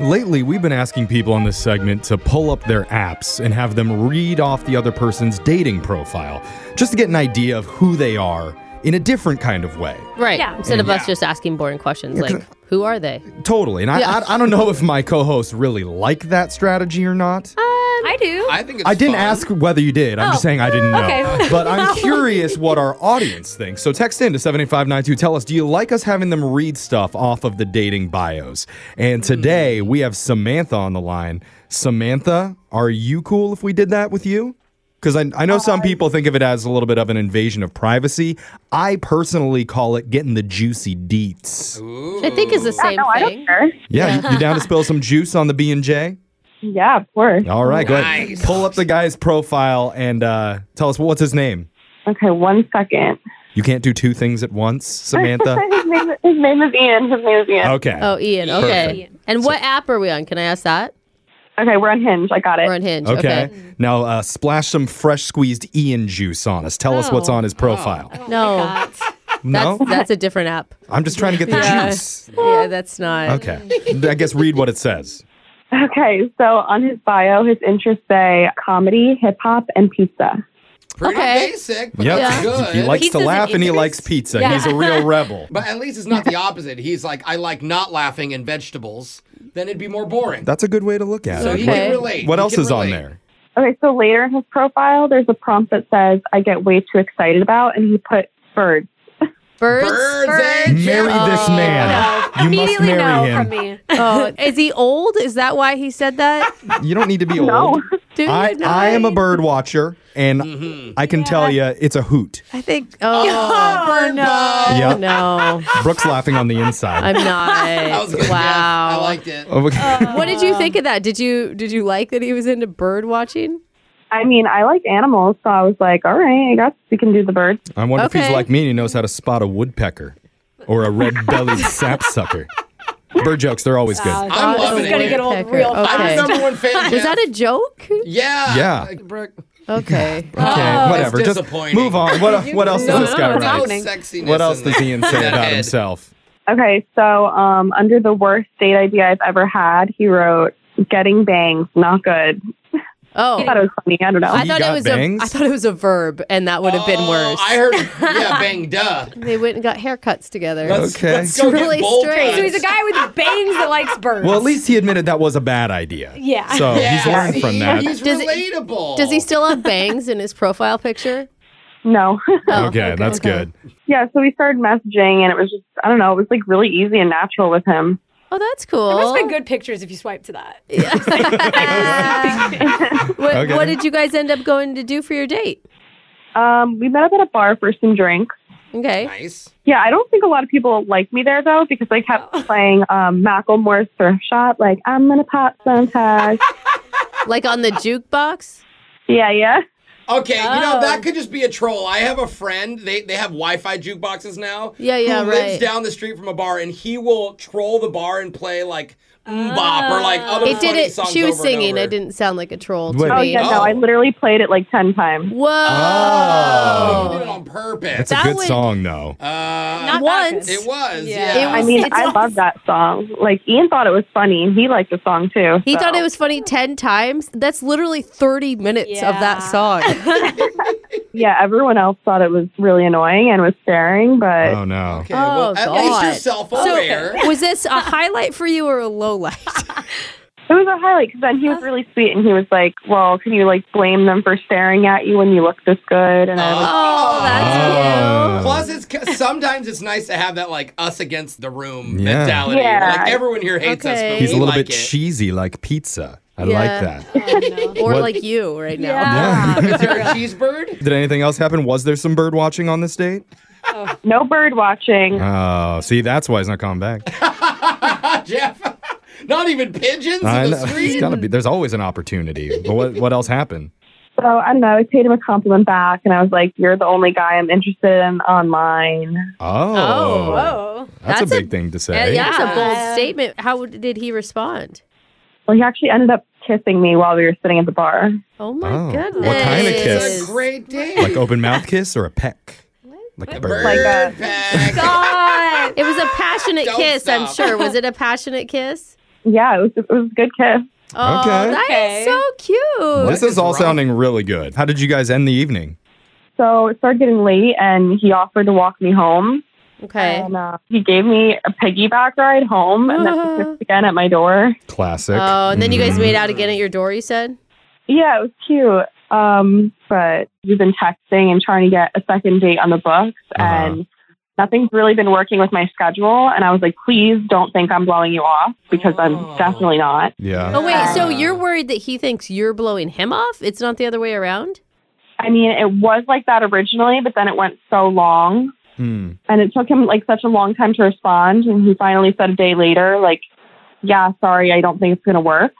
Lately, we've been asking people on this segment to pull up their apps and have them read off the other person's dating profile just to get an idea of who they are in a different kind of way. Right. Yeah. Instead of Yeah. us just asking boring questions like, who are they? Totally. And I, Yeah. I, I don't know if my co hosts really like that strategy or not. I do. I think it's I didn't fun. ask whether you did. I'm just Oh, saying I didn't know. okay. But I'm curious what our audience thinks. So text in to 78592. Tell us, do you like us having them read stuff off of the dating bios? And today we have Samantha on the line. Samantha, are you cool if we did that with you? Because I, I know some people think of it as a little bit of an invasion of privacy. I personally call it getting the juicy deets. Ooh. I think is the same no, I don't thing. care. Yeah, you, you down to spill some juice on the B and J? Yeah, of course. All right, go ahead. Nice. Pull up the guy's profile and uh, tell us what's his name. Okay, one second. You can't do two things at once, Samantha. his, name, his name is Ian. His name is Ian. okay. Oh, Ian. Okay. And what app are we on? Can I ask that? Oh. Okay, we're on Hinge. I got it. We're on Hinge. okay. Okay. Now uh, splash some fresh squeezed Ian juice on us. Tell us what's Oh. No. on his profile. No, no, that's that's a different app. I'm just trying to get the Yeah. juice. Yeah, that's not. Okay. I guess read what it says. Okay, so on his bio, his interests say comedy, hip hop, and pizza. Pretty Okay. basic, but Yep. that's good. He likes to Pizza's laugh an and he interest? likes pizza. Yeah. He's a real rebel. but at least it's not the opposite. He's like, I like not laughing and vegetables. Then it'd be more boring. That's a good way to look at so it. he Okay. can relate. What He else can is on relate. there? Okay, so later in his profile, there's a prompt that says, I get way too excited about, and he put birds. Birds. Birds, and Marry this Oh, man. You must Immediately marry no him. from me. Oh, is he old? Is that why he said that? You don't need to be old. No. Dude, I, I am a bird watcher, and Mm-hmm. I can tell you it's a hoot. I think. Oh, Bird dog. Yeah. no, Brooke's laughing on the inside. Oh, I'm That was not. good. Jeff. I Wow. liked it. Okay. Uh, What did you think of that? Did you did you like that he was into bird watching? I mean, I like animals, so I was like, all right, I guess we can do the birds. I wonder if he's Okay. like me and he knows how to spot a woodpecker or a red bellied sapsucker. Bird jokes, they're always good. I'm Oh, loving It's gonna it. get old Woodpecker. real Okay. I'm fast. your number one fan. Was that a joke? yeah? Yeah. Like, Brooke, Okay. Okay, Oh. whatever. that's Just oh, disappointing. move on. What, what else does this guy no, it's write? happening. sexiness What else in does that- Ian in say that about head. himself? Okay, so um, under the worst date idea I've ever had, he wrote, getting bangs, not good. I thought Oh, it was funny. I don't know. I thought got it was bangs? a I thought it was a verb, and that would have been Oh, worse. I heard, yeah, bang, duh. they went and got haircuts together. Let's, Okay. let's go Really get bowl straight. cuts. So he's a guy with bangs that likes birds. Well, at least he admitted that was a bad idea. Yeah. So Oh, he's Yeah, learned see, from that. He's Does he- relatable. Does he still have bangs in his profile picture? No. Oh, okay, that's okay. good. Yeah, so we started messaging, and it was just, I don't know, it was like really easy and natural with him. Oh, that's cool. There must have been good pictures if you swipe to that. What, Okay. what did you guys end up going to do for your date? Um, we met up at a bar for some drinks. Okay. Nice. Yeah, I don't think a lot of people like me there though because I kept Oh. playing um, Macklemore's Thrift Shop, like I'm gonna pop some tags. Like on the jukebox? yeah, yeah. Okay, you know Oh. that could just be a troll. I have a friend. They they have Wi-Fi jukeboxes now. Yeah, yeah, who Lives right. down the street from a bar, and he will troll the bar and play like bop or like other It Ah. did funny it. songs. She was over and singing. over. It didn't sound like a troll Wait. to Oh me. yeah, no, I Oh. literally played it like ten times. Whoa. Oh, he did it on That's purpose. a That good would- song, though. uh, Not Once. that good. it was. Yeah. Yeah. It I was- mean, it's I love that song. Like Ian thought it was funny, and he liked the song too. He so. thought it was funny 10 times. That's literally 30 minutes of that Yeah. song. Yeah, everyone else thought it was really annoying and was staring, but Oh, no. okay. well, Oh, at least you're God. self-aware. was this a highlight for you or a low light? it was a highlight because then he was really sweet, and he was like, "Well, can you like blame them for staring at you when you look this good?" And I was Oh, that's Oh. Plus, it's ca- sometimes it's nice to have that like us against the room Yeah. mentality. Yeah. Like everyone here hates us, Okay. but He's a we little like bit it. cheesy, like pizza. I like Yeah. that. cute. Or What- like you right now. Yeah. Is there a cheese bird? Did anything else happen? Was there some bird watching on this date? like, "No bird watching." Oh, see, that's why he's not coming back. Jeff, not even pigeons I in know. the street. It's gotta be, there's always an opportunity. But what, what else happened? So I don't know. I paid him a compliment back, and I was like, "You're the only guy I'm interested in online." Oh, Whoa. that's, That's a a- eh, big thing to Yeah, say. that's a bold Yeah. statement. How did he respond? Well, he actually ended up kissing me while we were sitting at the bar. Oh my Oh, what kind of goodness! kiss? It's a great day. Like open mouth kiss or a peck? Like a bird. bird Like a- pack. God. It was a passionate Don't kiss, I'm stop. sure. Was it a passionate kiss? yeah, it was it was a good kiss. Oh, Okay. that Okay. is so cute. This is is all wrong? sounding really good. How did you guys end the evening? So it started getting late, and he offered to walk me home. Okay. And uh, he gave me a piggyback ride home, and then he kissed again at my door. Classic. Mm-hmm. Oh, and then you guys made out again at your door, you said? Yeah, it was cute. Um, but we've been texting and trying to get a second date on the books, Uh-huh. and nothing's really been working with my schedule. And I was like, please don't think I'm blowing you off because Oh. I'm definitely not. Yeah. Oh, wait. So Yeah. you're worried that he thinks you're blowing him off? It's not the other way around? I mean, it was like that originally, but then it went so long, Hmm. and it took him like such a long time to respond. And he finally said a day later, like, "Yeah, sorry, I don't think it's gonna work."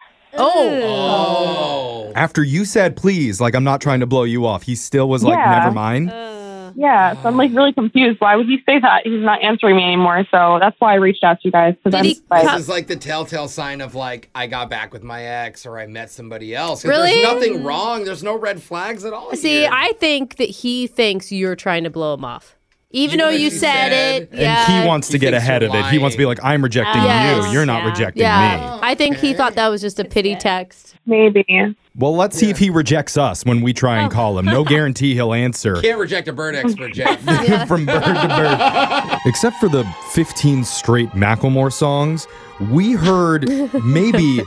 Oh. Oh. After you said please, like I'm not trying to blow you off, he still was like, Yeah. never mind. Uh, Yeah, so I'm like really confused. Why would he say that? He's not answering me anymore, so that's why I reached out to you guys because Did I'm he like, cut- This is like the telltale sign of like I got back with my ex or I met somebody else. 'Cause Really? There's nothing wrong. There's no red flags at all. See, here. I think that he thinks you're trying to blow him off. Even Even though though you she said, said- it. And yeah. he wants to He get thinks ahead of you're it. He wants to be like, I'm rejecting Yes. you. You're not Yeah. rejecting yeah. me. I think he Okay. thought that was just a pity text. maybe. Well, let's see if he rejects us when we try Oh. and call him. No guarantee he'll answer. can't reject a bird expert, Jeff. From bird to bird. Except for the 15 straight Macklemore songs, we heard maybe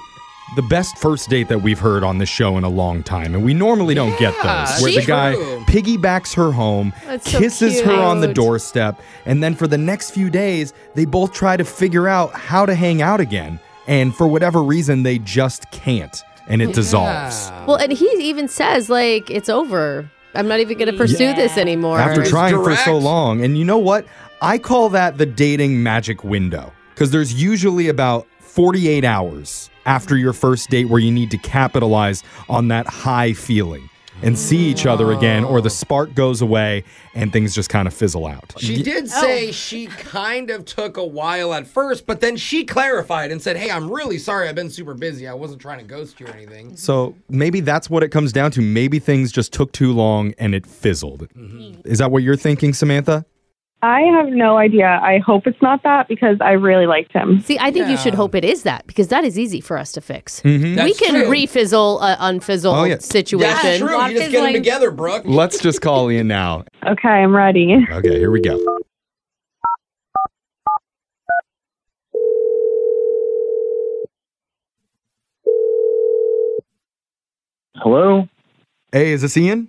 the best first date that we've heard on this show in a long time. And we normally don't get Yeah, those. Where the she- guy True. piggybacks her home, That's so kisses her on the cute. doorstep, and then for the next few days, they both try to figure out how to hang out again. And for whatever reason, they just can't. And it dissolves. Yeah. Well, and he even says, like, it's over. I'm not even going to pursue Yeah. this anymore. after It's trying for so direct. long. And you know what? I call that the dating magic window because there's usually about 48 hours after your first date where you need to capitalize on that high feeling and see each other again, or the spark goes away and things just kind of fizzle out. She did Oh. say she kind of took a while at first, but then she clarified and said, "Hey, I'm really sorry. I've been super busy. I wasn't trying to ghost you or anything." So maybe that's what it comes down to. Maybe things just took too long and it fizzled. Mm-hmm. Is that what you're thinking, Samantha? I have no idea. I hope it's not that because I really liked him. See, I think you should Yeah. hope it is that because that is easy for us to fix. we Mm-hmm. That's can true. refizzle a unfizzle Hmm. Oh, yeah. situation. That's true. Lock You just his get them legs. together, Brooke. Let's just call in now. Okay, I'm ready. Okay, here we go. Hello. Hey, is this Ian?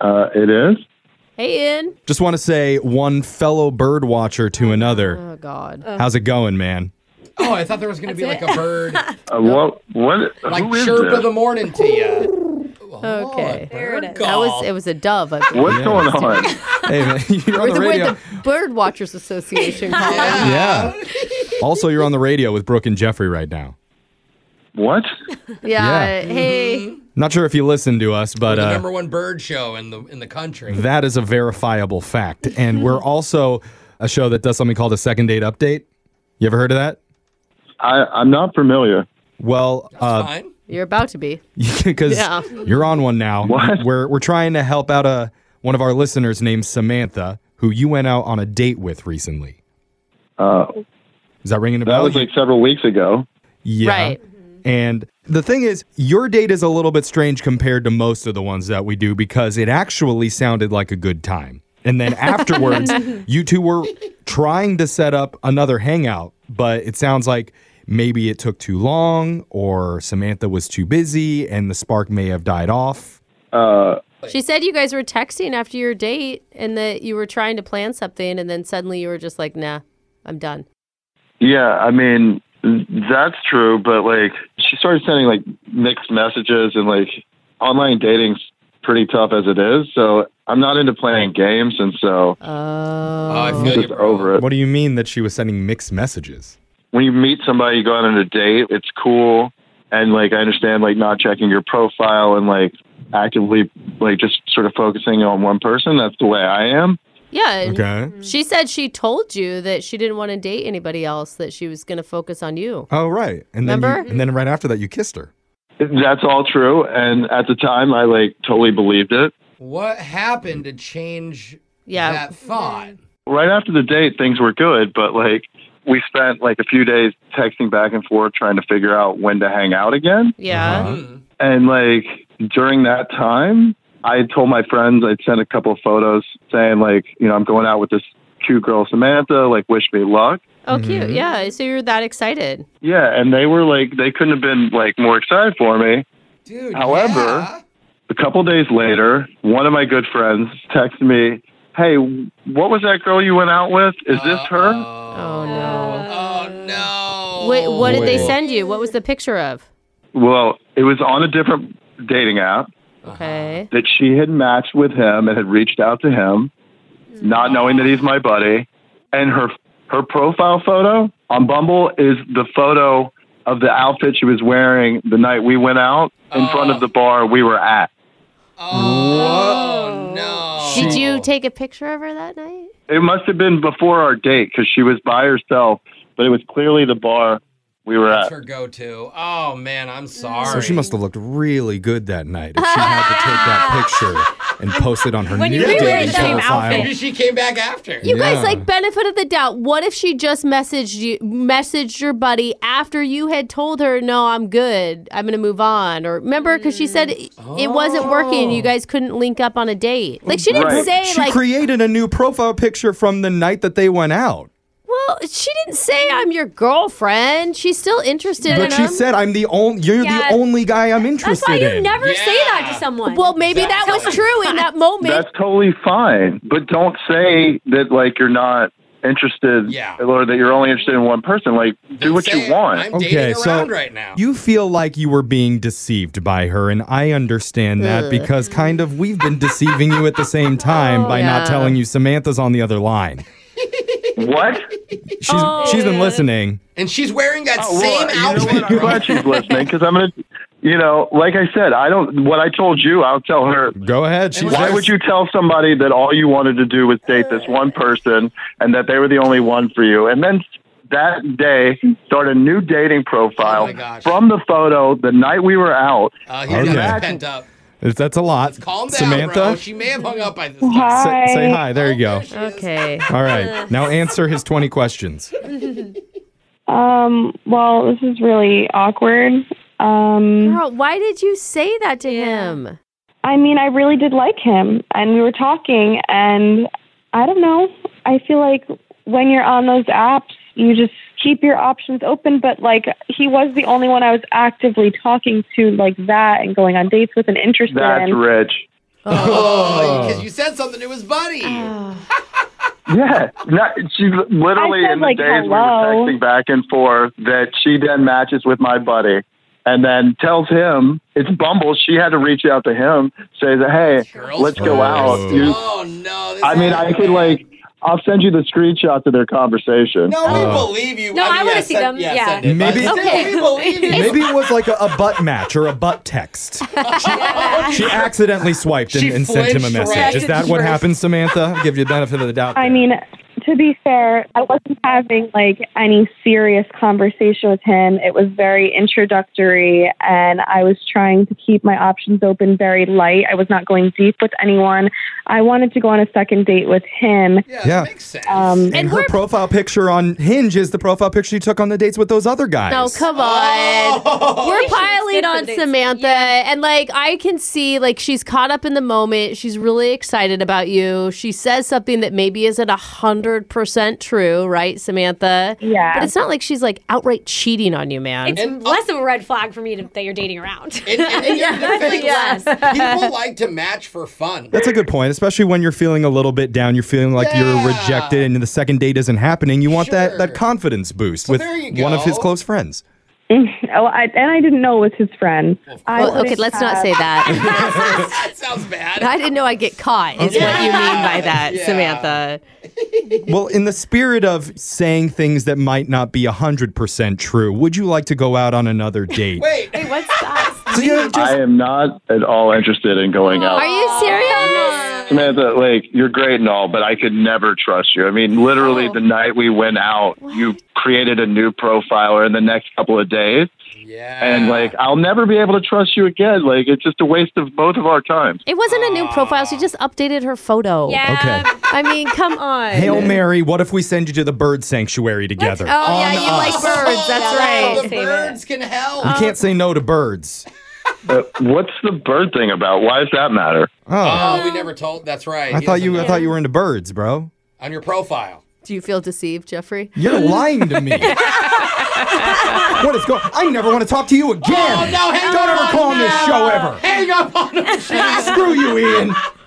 Uh, it is. Hey, Ian. Just want to say one fellow bird watcher to another. Oh God. How's it going, man? Oh, I thought there was going to be like a bird, Uh, what? What? like who is chirp this? of the morning to Oh, you. Okay. there it is. That was it. Was a dove. I believe. What's Yeah. going on? Hey, man, you're on the We're the, we're radio. the Bird Watchers Association. Colin. Yeah. Also, you're on the radio with Brooke and Jeffrey right now. what? Yeah. Mm-hmm. Hey. Not sure if you listen to us, but the uh, Mm-hmm. number one bird show in the in the country. that is a verifiable fact. And we're also a show that does something called a second date update. You ever heard of that? I, I'm not familiar. Well, uh, Fine. You're about to be. because Yeah. you're on one now. What? We're we're trying to help out a one of our listeners named Samantha, who you went out on a date with recently. Uh, Is that ringing a that bell? was like several weeks ago. Yeah. Right. And the thing is, your date is a little bit strange compared to most of the ones that we do because it actually sounded like a good time. And then afterwards, you two were trying to set up another hangout, but it sounds like maybe it took too long or Samantha was too busy and the spark may have died off. Uh, She said you guys were texting after your date and that you were trying to plan something and then suddenly you were just like, nah, I'm done. yeah. I mean, that's true. But like, she started sending like mixed messages and like online dating's pretty tough as it is. So I'm not into playing games, and so Oh, I I'm feel you, just bro. over it. What do you mean that she was sending mixed messages? when you meet somebody, you go out on a date, it's cool. And like, I understand like not checking your profile and like actively like just sort of focusing on one person. That's the way I am. Yeah. and Okay. She said she told you that she didn't want to date anybody else, that she was going to focus on you. Oh, right. And then, you- Remember? and then right after that, you kissed her. That's all true. And at the time, I like totally believed it. What happened to change Yeah. that thought? Right after the date, things were good, but like we spent like a few days texting back and forth trying to figure out when to hang out again. Yeah. Uh-huh. Hmm. And like during that time, I told my friends I'd sent a couple of photos saying like, you know, I'm going out with this cute girl Samantha, like wish me luck. Oh, cute. Yeah. So you're that excited. Yeah, and they were like they couldn't have been like more excited for me. Dude. However- yeah. A couple days later, one of my good friends texted me, "Hey, what was that girl you went out with? Is this her?" Oh, Uh-oh. no. Oh no. Wait, what did they Wait. send you? What was the picture of? Well, it was on a different dating app Okay. that she had matched with him and had reached out to him, not knowing that he's my buddy. And her her profile photo on Bumble is the photo of the outfit she was wearing the night we went out in front of the bar we were at. Oh no. Did you take a picture of her that night? It must have been before our date because she was by herself, but it was clearly the bar we were That's at. her go-to. Oh man, I'm sorry. So she must have looked really good that night if she had to take that picture and post it on her When new you rewear dating the same profile. Maybe she came back after. You Yeah. guys like benefit of the doubt. What if she just messaged you messaged your buddy after you had told her, "No, I'm good. I'm going to move on." Or remember cuz she said it it wasn't working. You guys couldn't link up on a date. Like she didn't Right. say She like, created a new profile picture from the night that they went out. "Well, she didn't say I'm your girlfriend. She's still interested in But she him." said, "I'm the only. You're Yeah. the only guy I'm That's interested why you in." never say that Yeah. to someone. well, maybe that was true in that moment. That's totally fine, but don't say that like you're not interested Yeah. or that you're only interested in one person. Like, do what Say you it. want. I'm Okay, dating so around right now. You feel like you were being deceived by her, and I understand that because kind of we've been deceiving you at the same time by Yeah. not telling you Samantha's on the other line. what? She's she's Oh. been listening. and she's wearing that Oh, same well, you know outfit. what? I'm glad she's listening because I'm gonna. You know, like I said, I don't. What I told you, I'll tell her. Go ahead. She's Why there. would you tell somebody that all you wanted to do was date this one person and that they were the only one for you? And then that day, start a new dating Oh profile my gosh. from the photo the night we were out. Uh, he's got Okay. it pent up. That's a lot. Calm down, Samantha, bro. She may have hung up by this time. sa- Hi. say hi. There you go. okay. All right. Now answer his 20 questions. Um, well, this is really awkward. Um, Girl, why did you say that to him? I mean, I really did like him, and we were talking, and I don't know. I feel like when you're on those apps, you just keep your options open. But like, he was the only one I was actively talking to like that, and going on dates with and interested That's in. rich. Oh, because you said something to his buddy. Yeah, not, she literally I said, in the like, days hello. we were texting back and forth that she then matches with my buddy, and then tells him it's Bumble. She had to reach out to him, says, "Hey, Girls let's first. go out." You, oh no! This I mean, is- I could like, I'll send you the screenshot of their conversation. No, we Oh. believe you. No, mean, I wanna yeah, see send- them, Yeah, yeah. send it, but Maybe- still, Okay. we believe you. Maybe it was like a, a butt match or a butt text. She accidentally swiped and, She and sent him a flinched message. right Is that at what first. happened, Samantha? I'll give you the benefit of the doubt. I there. mean, to be fair, I wasn't having like any serious conversation with him. It was very introductory, and I was trying to keep my options open very light. I was not going deep with anyone. I wanted to go on a second date with him. Yeah, Yeah. that makes sense. Um, And, her profile picture on Hinge is the profile picture you took on the dates with those other guys. Oh, come on. We're piling Good for on dates. Samantha. And like, I can see, like, she's caught up in the moment. She's really excited about you. She says something that maybe isn't 100% true, right, Samantha? Yeah. But it's not like she's like outright cheating on you, man. It's less of a red flag for me to, that you're dating around. And, and, and yeah, yes. people like to match for fun. That's a good point, especially when you're feeling a little bit down. You're feeling like Yeah. you're rejected and the second date isn't happening. You want that, Sure. that confidence boost with there you one of his go. close friends. Oh, I, and I didn't know it was his friend. I Well, okay, wouldn't let's not have- say that. that sounds bad. I didn't know I'd get caught, is what you mean by that, Yeah. Samantha. Well, in the spirit of saying things that might not be 100% true, would you like to go out on another date? Wait, So, you know, just- I am not at all interested in going out. Are you serious? Samantha, like you're great and all, but I could never trust you. I mean, literally the night we went out, you created a new profiler in the next couple of days, Yeah. and like I'll never be able to trust you again. Like it's just a waste of both of our time. It wasn't a new profile. She just updated her photo. Okay. Yeah. I mean, come on. Hail Mary, what if we send you to the bird sanctuary together? Oh, yeah, you like birds. That's Yeah, right. The Save it. birds can help. you can't say no to birds. Uh, what's the bird thing about? Why does that matter? Oh, Oh, we never told. That's right. I He thought doesn't you I know. thought you were into birds, bro. on your profile. Do you feel deceived, Jeffrey? You're lying to me. what is going? I never want to talk to you again. Oh, no, hang Don't ever on call on this now. show ever. Hang up on him. Screw you, Ian.